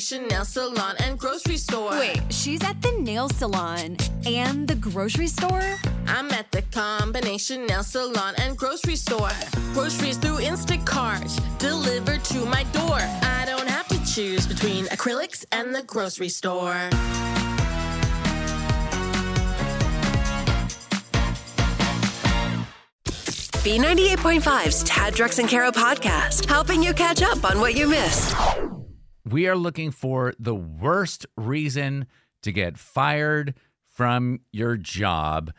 Chanel salon and grocery store. Wait, she's at the nail salon and the grocery store? I'm at the combination nail salon and grocery store. Groceries through Instacart delivered to my door. I don't have to choose between acrylics and the grocery store. B98.5's Tad Drex and Caro podcast, helping you catch up on what you missed. we are looking for the worst reason to get fired from your job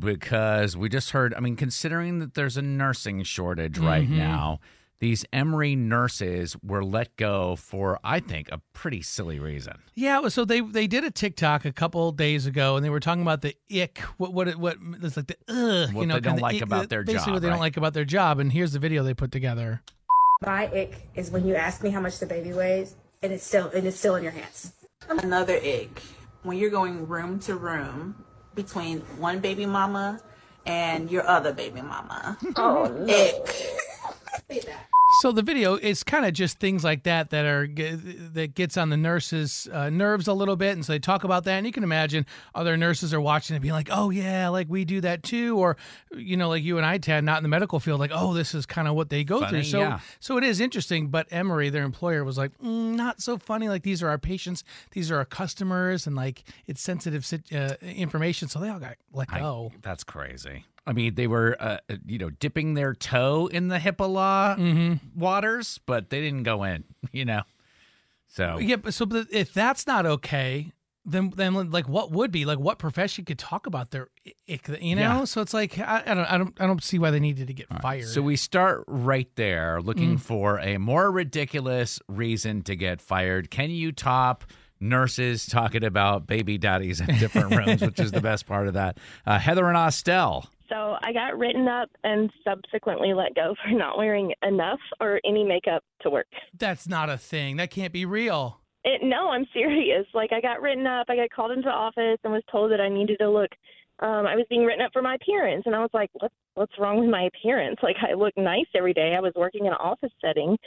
because we just heard, I mean, considering that there's a nursing shortage right now, these Emory nurses were let go for, I think, a pretty silly reason. Yeah, well, so they they did a TikTok a couple days ago, and they were talking about the ick. What what it- what it's like the ugh, What you know, they don't kinda like ick, about their basically job, what they don't right? like about their job. And here's the video they put together. My ick is when you ask me how much the baby weighs, and it's still and it's still in your hands. Another ick when you're going room to room between one baby mama and your other baby mama. Oh, ick. So the video is kind of just things like that that are that gets on the nurses' uh, nerves a little bit, and so they talk about that. And you can imagine other nurses are watching and being like, "Oh yeah, like we do that too," or you know, like you and I, Tad, not in the medical field, like, "Oh, this is kind of what they go Funny, through." So, yeah. so it is interesting. But Emory, their employer, was like, mm, "Not so funny. Like these are our patients, these are our customers, and like it's sensitive sit- uh, information." So they all got let I- go. That's crazy. I mean, they were, uh, you know, dipping their toe in the HIPAA law Mm-hmm. waters, but they didn't go in, you know? So, Oh. Yeah, but so but if that's not okay, then then like what would be like what profession could talk about their ick, you know? Yeah. So it's like I, I don't I don't I don't see why they needed to get fired. So we start right there looking for a more ridiculous reason to get fired. Can you top nurses talking about baby daddies in different rooms, which is the best part of that? Uh, Heather and Estelle. So I got written up and subsequently let go for not wearing enough or any makeup to work. that's not a thing. That can't be real. It, no, I'm serious. Like I got written up, I got called into the office and was told that I needed to look. Um, I was being written up for my appearance, and I was like, "What? What's wrong with my appearance? Like I look nice every day. I was working in an office setting,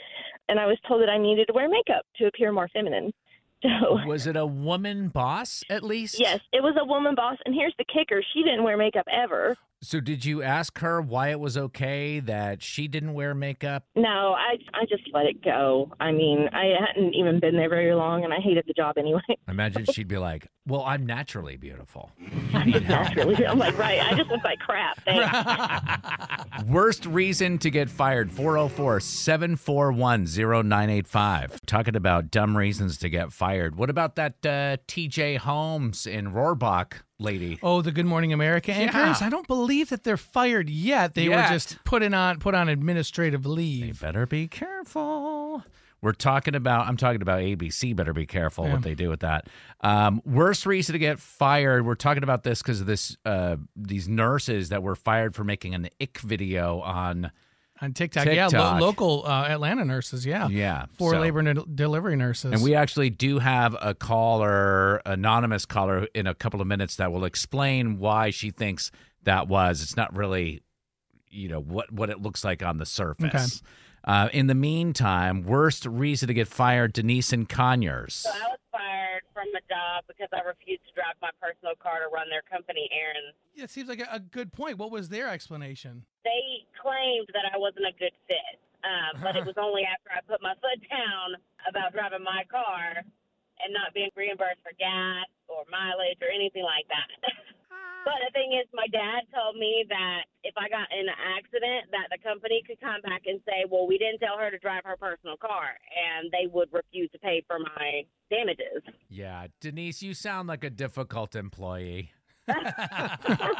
and I was told that I needed to wear makeup to appear more feminine. So Was it a woman boss at least? yes, it was a woman boss, and here's the kicker: she didn't wear makeup ever. So did you ask her why it was okay that she didn't wear makeup? No, I I just let it go. I mean, I hadn't even been there very long, and I hated the job anyway. Imagine she'd be like, "Well, I'm naturally beautiful." Naturally, I'm like, right. I just was like, crap. Thanks. Worst reason to get fired 404 741 0985. Talking about dumb reasons to get fired. What about that uh, TJ Holmes in Rohrbach lady? Oh, the Good Morning America anchors. Yeah. I don't believe that they're fired yet. They Yet. were just put in on put on administrative You leave. better be careful. We're talking about, I'm talking about ABC. Better be careful what they do with that. Um, worst reason to get fired. We're talking about this because of this, uh, these nurses that were fired for making an ick video on, On TikTok, yeah, lo- TikTok. local uh, Atlanta nurses, yeah, yeah. for so- labor and del- delivery nurses. And we actually do have a caller, anonymous caller, in a couple of minutes that will explain why she thinks that was. It's not really, you know, what what it looks like on the surface. Uh, in the meantime, worst reason to get fired, Denise and Conyers. I was fired from the job because I refused to drive my personal car to run their company errands. it seems like a, a good point. What was their explanation? They claimed that I wasn't a good fit, um, but it was only after I put my foot down about driving my car and not being reimbursed for gas or mileage or anything like that. but the thing is, my dad told me that if I got in an accident, that the company could come back and say, "Well, we didn't tell her to drive her personal car," and they would refuse to pay for my damages. Yeah, Denise, you sound like a difficult employee.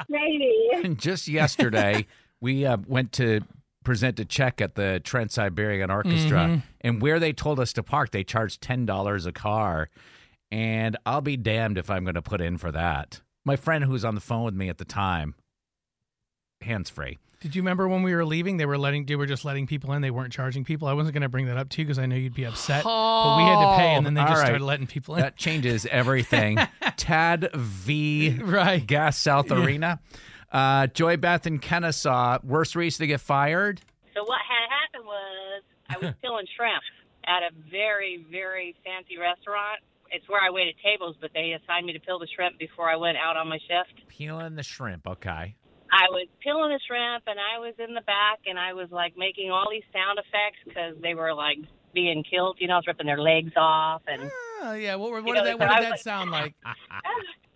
Maybe. And just yesterday, we uh, went to present a check at the Trent Siberian Orchestra, and where they told us to park, they charged ten dollars a car. And I'll be damned if I'm going to put in for that. My friend who was on the phone with me at the time, hands free. Did you remember when we were leaving? They were letting they were just letting people in. They weren't charging people. I wasn't going to bring that up to you because I know you'd be upset. but we had to pay, and then they Oh, just all right. started letting people in. That changes everything. Tad V. Right. Gas South Arena. Uh, Joy Beth and Kennesaw, worst reason to get fired. So what had happened was I was peeling shrimp at a very, very fancy restaurant. It's where I waited tables, but they assigned me to peel the shrimp before I went out on my shift. Peeling the shrimp. Okay. I was peeling the shrimp, and I was in the back, and I was like making all these sound effects because they were like being killed. You know, I was ripping their legs off, and Oh, yeah. What, were- what You did know, that, so what did I was that like- sound like? Ah.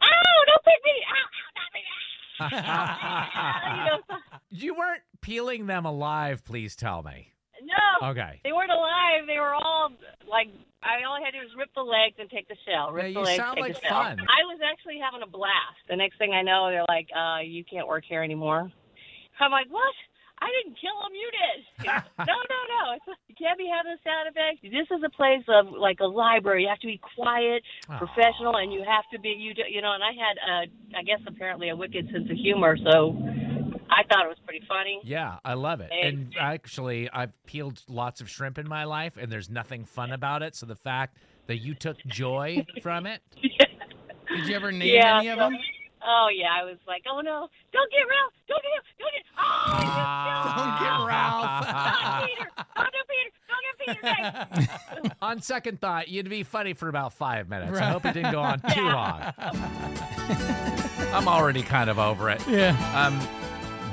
oh, don't pick me! oh, Ow, ow, not me! Ah, you know, you weren't peeling them alive, please tell me. no, Okay. they weren't alive. They were all like I all I had to do was rip the legs and take the shell. Rip Yeah, the you legs, sound take like the shell. fun. I was actually having a blast. The next thing I know, they're like, uh, "You can't work here anymore." I'm like, "What? I didn't kill them. You did." no, no, no. It's, you can't be having sound effects. This is a place of like a library. You have to be quiet, Oh. professional, and you have to be you. do- You know, and I had, uh, I guess, apparently a wicked sense of humor, so I thought it was pretty funny. Yeah, I love it. Hey. And actually, I've peeled lots of shrimp in my life, and there's nothing fun about it. So the fact that you took joy from it, Did you ever name Yeah, any of so- them? Oh yeah, I was like, oh no, don't get Ralph, don't get him, don't get. Oh, you Don't get killed Ralph. Peter, oh no, Peter, don't get Peter. Thanks. on second thought, you'd be funny for about five minutes. I Right. hope it didn't go on too long. I'm already kind of over it. yeah. Um,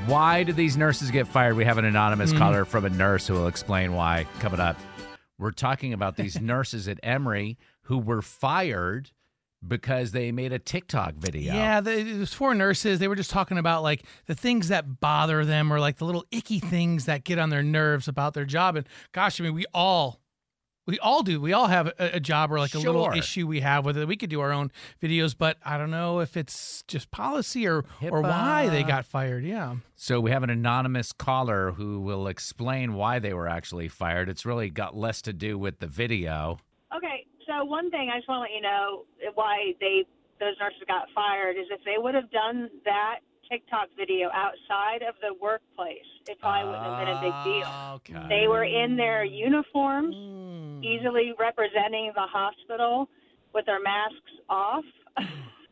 why do these nurses get fired? We have an anonymous Mhm. caller from a nurse who will explain why coming up. We're talking about these nurses at Emory who were fired because they made a TikTok video. Yeah, the, it was four nurses. They were just talking about like the things that bother them or like the little icky things that get on their nerves about their job. And gosh, I mean, we all. We all do. We all have a, a job or like a little Sure. issue we have with it. We could do our own videos, but I don't know if it's just policy or or HIPAA. why they got fired. Yeah. So we have an anonymous caller who will explain why they were actually fired. It's really got less to do with the video. Okay, so one thing I just want to let you know why they those nurses got fired is if they would have done that TikTok video outside of the workplace, it probably wouldn't have been a big deal. Ah, Okay. They were in their uniforms, easily representing the hospital with their masks off.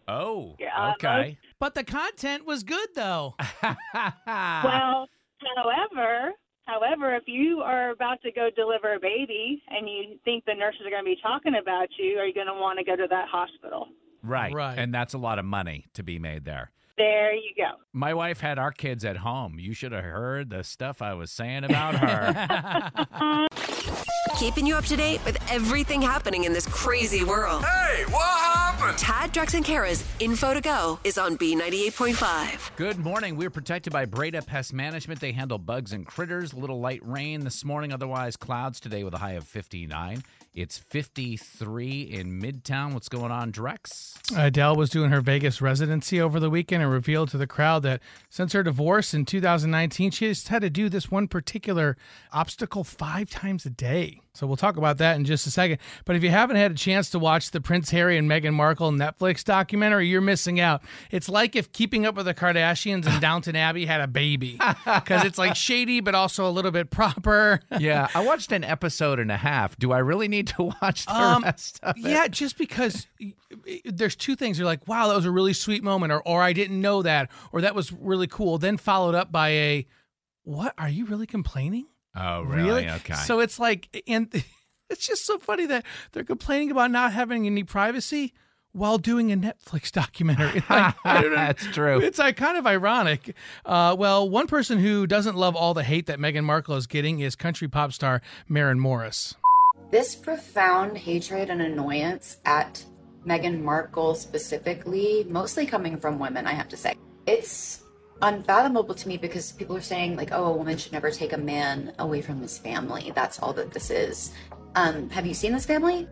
Oh, Yeah, okay. But the content was good though. Well, however, however, if you are about to go deliver a baby and you think the nurses are going to be talking about you, are you going to want to go to that hospital? right. Right. And that's a lot of money to be made there. There you go. My wife had our kids at home. You should have heard the stuff I was saying about her. Keeping you up to date with everything happening in this crazy world. Hey, what happened? Tad, Drex, and Kara's Info to Go is on B98.5. Good morning. We're protected by Breda Pest Management. They handle bugs and critters. A little light rain this morning, otherwise clouds today with a high of 59. It's 53 in Midtown. What's going on, Drex? Adele was doing her Vegas residency over the weekend and revealed to the crowd that since her divorce in 2019, she just had to do this one particular obstacle five times a day. So we'll talk about that in just a second. But if you haven't had a chance to watch the Prince Harry and Meghan Markle Netflix documentary, you're missing out. It's like if Keeping Up with the Kardashians and Downton Abbey had a baby because it's like shady, but also a little bit proper. Yeah, I watched an episode and a half. Do I really need to watch the Um, rest of it? Yeah, just because y- y- there's two things. You're like, wow, that was a really sweet moment, or or I didn't know that, or that was really cool. Then followed up by a, what are you really complaining? Oh, Okay. So it's like, and it's just so funny that they're complaining about not having any privacy while doing a Netflix documentary. Like, I don't know. That's true. It's like kind of ironic. Uh, well, one person who doesn't love all the hate that Meghan Markle is getting is country pop star Maren Morris. This profound hatred and annoyance at Meghan Markle specifically, mostly coming from women, I have to say. It's unfathomable to me because people are saying, like, oh, a woman should never take a man away from his family. That's all that this is. Um, have you seen this family?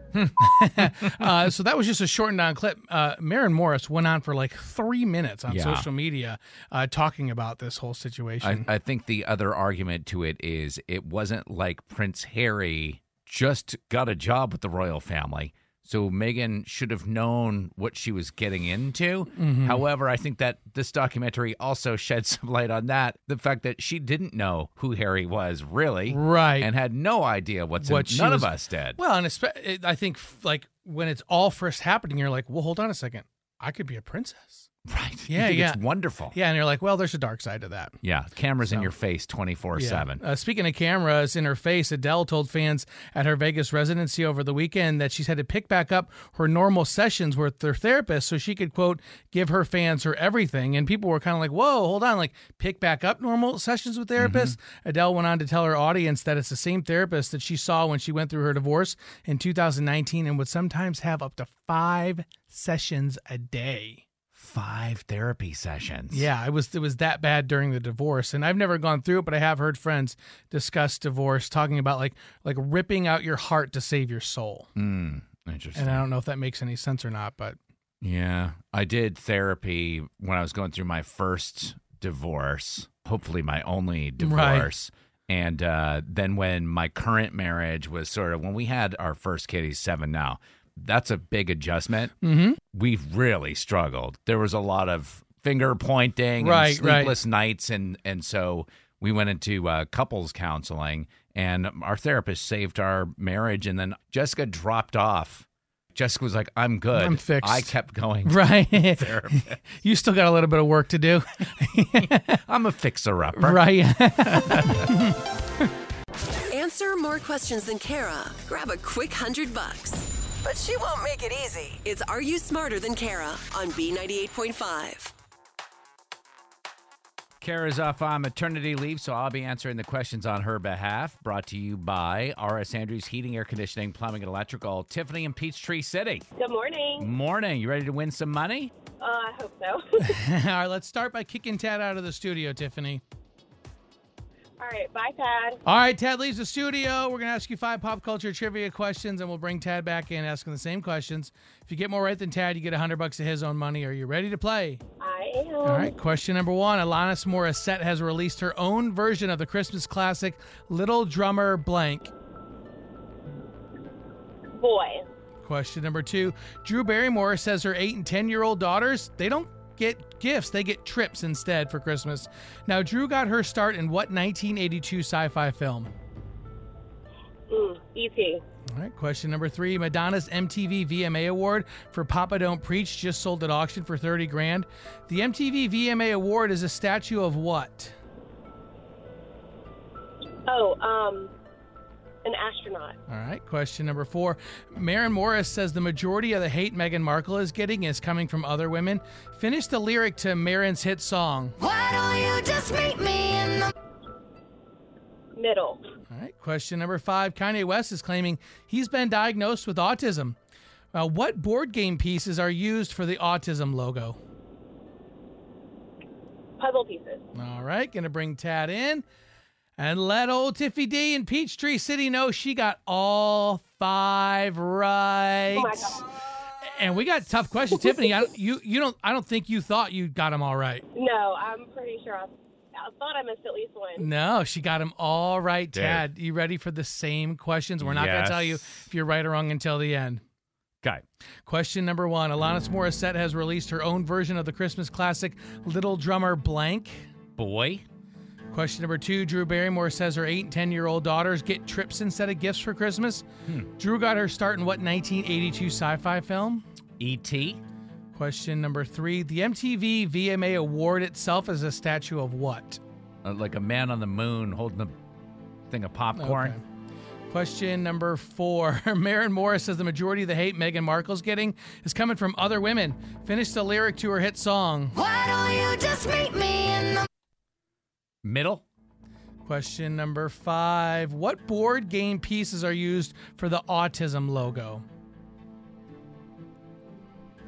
uh, so that was just a shortened down clip. Uh, Maren Morris went on for like three minutes on Yeah. social media uh, talking about this whole situation. I, I think the other argument to it is it wasn't like Prince Harry just got a job with the royal family. So Meghan should have known what she was getting into. Mm-hmm. However, I think that this documentary also shed some light on that. The fact that she didn't know who Harry was really. right. And had no idea what's What in, she none was- of us did. well, and espe- it- I think f- like when it's all first happening, you're like, well, hold on a second. I could be a princess. Right. Yeah, think yeah. It's wonderful. Yeah, and you're like, well, there's a dark side to that. Yeah. Cameras in your face 24 Yeah. 7. Uh, speaking of cameras in her face, Adele told fans at her Vegas residency over the weekend that she's had to pick back up her normal sessions with her therapist so she could, quote, give her fans her everything. And people were kind of like, whoa, hold on, like, pick back up normal sessions with therapists? Adele went on to tell her audience that it's the same therapist that she saw when she went through her divorce in 2019 and would sometimes have up to five sessions a day. Five therapy sessions. Yeah, it was it was that bad during the divorce, and I've never gone through it, but I have heard friends discuss divorce, talking about like like ripping out your heart to save your soul. Mm, interesting. And I don't know if that makes any sense or not, but Yeah. I did therapy when I was going through my first divorce, hopefully my only divorce. And uh, then when my current marriage was sort of when we had our first kid, he's seven now, that's a big adjustment. Mhm. We've really struggled. There was a lot of finger pointing Right, and right. sleepless nights. And, and so we went into uh, couples counseling, and our therapist saved our marriage. And then Jessica dropped off. Jessica was like, I'm good. I'm fixed. I kept going. right, Therapy. you still got a little bit of work to do, I'm a fixer upper. right? Answer more questions than Kara. Grab a quick hundred bucks. But she won't make it easy. It's Are You Smarter Than Kara on B98.5. Kara's off on maternity leave, so I'll be answering the questions on her behalf. Brought to you by R.S. Andrews Heating, Air Conditioning, Plumbing, and Electrical, Tiffany and Peachtree City. Good morning. Morning. You ready to win some money? Uh, I hope so. All right, let's start by kicking Tad out of the studio, Tiffany. All right, bye, Tad. All right, Tad leaves the studio. We're going to ask you five pop culture trivia questions, and we'll bring Tad back in asking the same questions. If you get more right than Tad, you get 100 bucks of his own money. Are you ready to play? I am. All right, question number one. Alanis Morissette has released her own version of the Christmas classic Little Drummer Blank. Boy. Question number two. Drew Barrymore says her eight and 10 year old daughters, they don't get gifts, they get trips instead for Christmas. Now, Drew got her start in what 1982 sci fi film? Mm, E.T. All right, question number three. Madonna's MTV VMA Award for Papa Don't Preach just sold at auction for 30 grand. The MTV VMA Award is a statue of what? Oh, um, an astronaut. All right, question number four. Maren Morris says the majority of the hate Meghan Markle is getting is coming from other women. Finish the lyric to Maren's hit song. Why don't you just meet me in the Middle. All right, question number five. Kanye West is claiming he's been diagnosed with autism. Uh, what board game pieces are used for the autism logo? Puzzle pieces. All right, gonna bring Tad in and let old Tiffy D in Peachtree City know she got all five right. Oh my God. and we got tough questions, Tiffany. I, you you don't I don't think you thought you got them all right. No, I'm pretty sure I, I thought I missed at least one. No, she got them all right, Dude. Tad. You ready for the same questions? We're not gonna tell you Yes. if you're right or wrong until the end. Okay. Question number one: Alanis Morissette has released her own version of the Christmas classic "Little Drummer Blank." Boy. Question number two Drew Barrymore says her eight and 10 year old daughters get trips instead of gifts for Christmas. Drew got her start in what 1982 sci fi film? E.T. Question number three The MTV VMA award itself is a statue of what? Uh, like a man on the moon holding a thing of popcorn. Okay. Question number four Maren Morris says the majority of the hate Meghan Markle's getting is coming from other women. Finish the lyric to her hit song. Why don't you just meet me in the Middle. Question number five What board game pieces are used for the autism logo?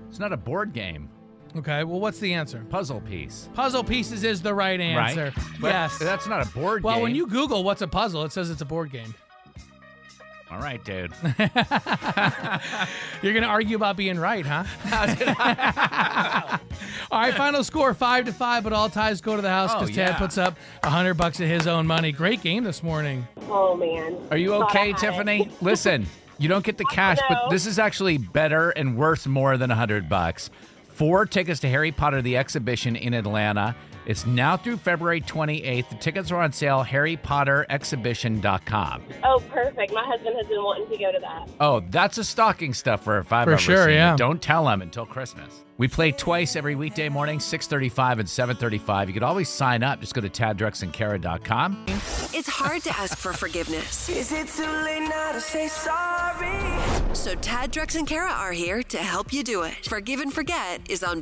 It's not a board game. Okay, well, what's the answer? Puzzle piece. Puzzle pieces is the right answer. Right. But Yes. That's not a board well, game. when you Google what's a puzzle, it says it's a board game. All right, dude. You're going to argue about being right, huh? all right, final score five to five, but all ties go to the house Oh, because Tad yeah. puts up a hundred bucks of his own money. Great game this morning. Oh, man. Mm. Are you Thought I okay, had it. Tiffany? Listen, you don't get the cash, but No. this is actually better and worth more than a hundred bucks. Four tickets to Harry Potter the exhibition in Atlanta. It's now through February 28th. The tickets are on sale harrypotterexhibition.com. Oh, perfect. My husband has been wanting to go to that. Oh, that's a stocking stuffer if I've For ever sure, seen it. yeah. Don't tell him until Christmas. We play twice every weekday morning, 6.35 and 7.35. You could always sign up. Just go to tadrexandkara.com. It's hard to ask for forgiveness. Is it too late now to say sorry? So Tad, Drex, and Kara are here to help you do it. Forgive and Forget is on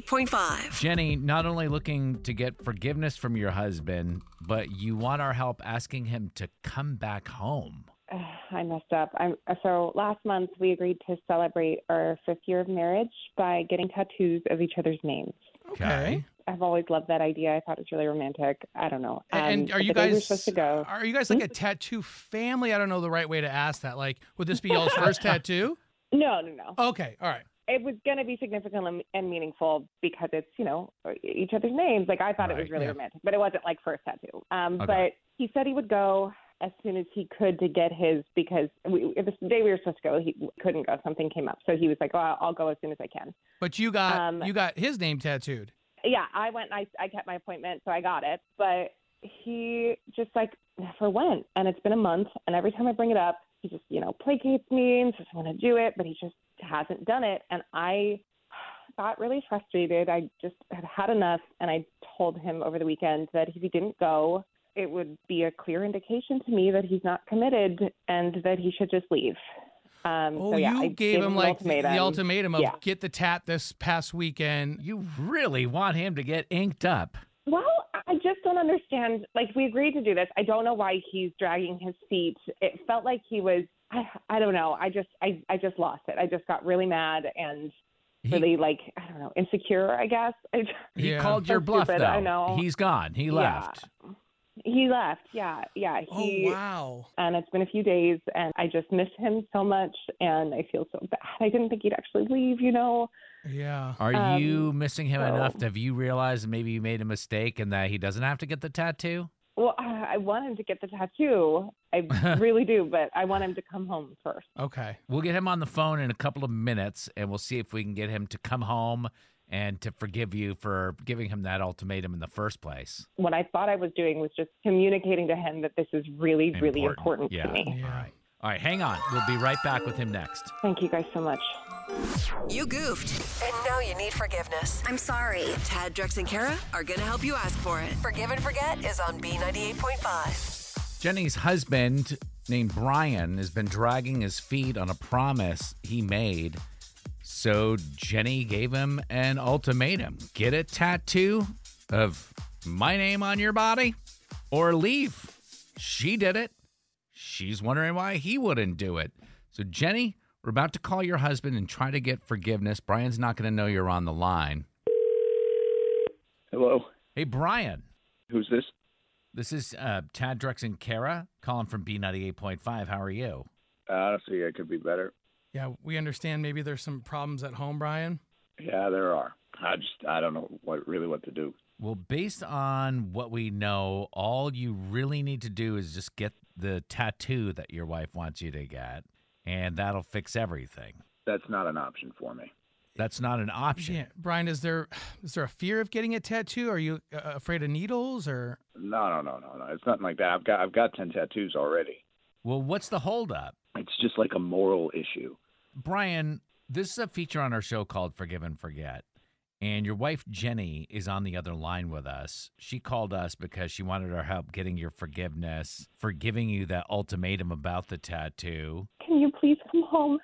B98.5. Jenny, not only looking to get forgiveness from your husband, but you want our help asking him to come back home. Ugh, I messed up. I'm so last month we agreed to celebrate our fifth year of marriage by getting tattoos of each other's names. Okay. I've always loved that idea. I thought it was really romantic. I don't know. A- and Um, are but you the day we were guys supposed to go? are you guys like a tattoo family? I don't know the right way to ask that. Like, would this be y'all's first tattoo? No, no, no. Okay, all right. It was going to be significant and- and meaningful because it's you know e, each other's names. Like I thought it was Right, really yeah. romantic, but it wasn't like first tattoo. Um, Okay. But he said he would go as soon as he could to get his because we, the day we were supposed to go, he couldn't go. Something came up, so he was like, "Well, I'll go as soon as I can." But you got Um, you got his name tattooed. yeah, I went and I, I kept my appointment, so I got it. But he just like never went. And it's been a month. And every time I bring it up, he just, you know, placates me and says, I want to do it. But he just hasn't done it. And I got really frustrated. I just had had enough. And I told him over the weekend that if he didn't go, it would be a clear indication to me that he's not committed and that he should just leave. Um, Oh, so yeah, you I gave, him an like the- the ultimatum of Yeah. get the tat this past weekend. You really want him to get inked up. Well, I just don't understand. Like, we agreed to do this. I don't know why he's dragging his feet. It felt like he was. I, I don't know. I just, I, I just lost it. I just got really mad and really like, I don't know, insecure. I guess. I, He Yeah. called your So bluff, stupid, though. I know. He's gone. He Yeah. left. he left. Yeah, yeah. He, oh wow. And it's been a few days, and I just miss him so much, and I feel so bad. I didn't think he'd actually leave. You know. Yeah. Are Um, you missing him so- enough? Have you realized maybe you made a mistake and that he doesn't have to get the tattoo? Well, I, I want him to get the tattoo. I really do, but I want him to come home first. Okay. We'll get him on the phone in a couple of minutes and we'll see if we can get him to come home and to forgive you for giving him that ultimatum in the first place. what I thought I was doing was just communicating to him that this is really, really important Yeah. to me. All right. All right. Hang on. We'll be right back with him next. Thank you guys so much. You goofed, and now you need forgiveness. I'm sorry. Tad, Drex, and Kara are going to help you ask for it. Forgive and Forget is on B98.5. Jenny's husband, named Brian, has been dragging his feet on a promise he made. So Jenny gave him an ultimatum get a tattoo of my name on your body or leave. She did it. She's wondering why he wouldn't do it. So, Jenny, we're about to call your husband and try to get forgiveness. Brian's not going to know you're on the line. Hello. Hey, Brian. Who's this? This is uh, Tad Drex and Kara calling from B98.5. How are you? Honestly, it could be better. Yeah, we understand maybe there's some problems at home, Brian. Yeah, there are. I just I don't know what really what to do. Well, based on what we know, all you really need to do is just get the tattoo that your wife wants you to get, and that'll fix everything. That's not an option for me. That's not an option. Yeah, Brian, is there is there a fear of getting a tattoo? Are you uh, afraid of needles or No, no, no, no, no. It's nothing like that. I've got I've got ten tattoos already. Well, what's the holdup? It's just like a moral issue. Brian, this is a feature on our show called Forgive and Forget. And your wife, Jenny, is on the other line with us. She called us because she wanted our help getting your forgiveness for giving you that ultimatum about the tattoo. Can you please come home?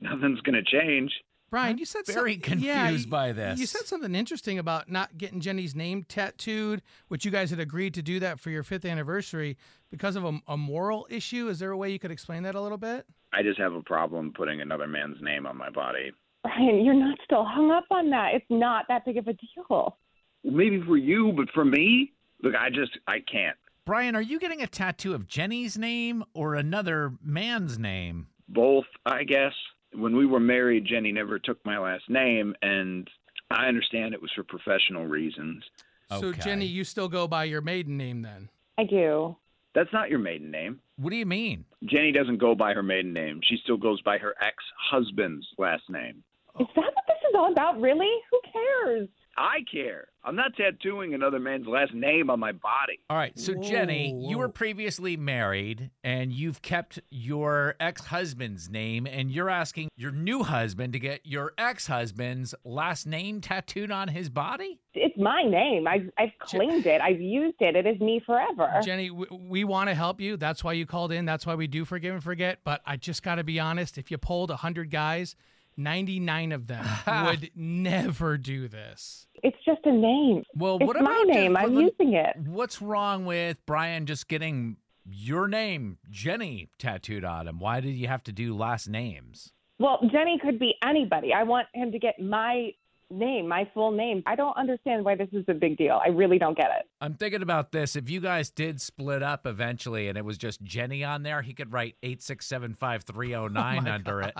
Nothing's gonna change. Brian? You said very some- yeah, confused you- by this. You said something interesting about not getting Jenny's name tattooed, which you guys had agreed to do that for your fifth anniversary because of a, a moral issue. Is there a way you could explain that a little bit? I just have a problem putting another man's name on my body. Brian, you're not still hung up on that. It's not that big of a deal. Maybe for you, but for me, look, I just I can't. Brian, are you getting a tattoo of Jenny's name or another man's name? Both, I guess. When we were married, Jenny never took my last name, and I understand it was for professional reasons. So Jenny, you still go by your maiden name then? I do. That's not your maiden name. What do you mean? Jenny doesn't go by her maiden name. She still goes by her ex husband's last name. Is that what this is all about, really? Who cares? I care. I'm not tattooing another man's last name on my body. All right. So, Jenny, you were previously married and you've kept your ex husband's name, and you're asking your new husband to get your ex husband's last name tattooed on his body? It's my name. I've, I've claimed it. I've used it. It is me forever. Jenny, we, we want to help you. That's why you called in. That's why we do forgive and forget. But I just got to be honest. If you polled 100 guys, 99 of them would never do this. It's just a name. Well, it's what my about name. the- I'm well, then- using it. What's wrong with Brian just getting your name, Jenny, tattooed on him? Why did you have to do last names? Well, Jenny could be anybody. I want him to get my name, my full name. I don't understand why this is a big deal. I really don't get it. I'm thinking about this. If you guys did split up eventually and it was just Jenny on there, he could write 8675309 under it.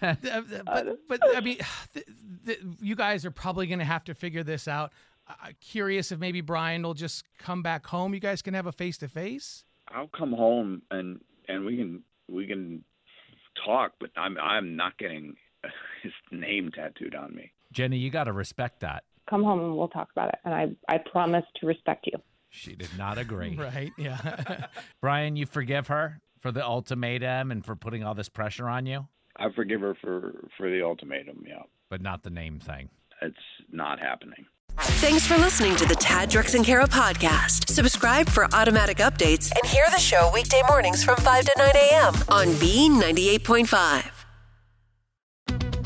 but, but I mean, th- th- you guys are probably going to have to figure this out. I- I'm curious if maybe Brian will just come back home. You guys can have a face to face. I'll come home and and we can we can talk, but I'm I'm not getting his name tattooed on me. Jenny, you got to respect that. Come home and we'll talk about it. And I, I promise to respect you. She did not agree. Right. Yeah. Brian, you forgive her for the ultimatum and for putting all this pressure on you, I forgive her for for the ultimatum. Yeah, but not the name thing. it's not happening. Thanks for listening to the Tad Drex and Kara podcast. Subscribe for automatic updates and hear the show weekday mornings from 5 to 9 a.m. on Bean 98.5.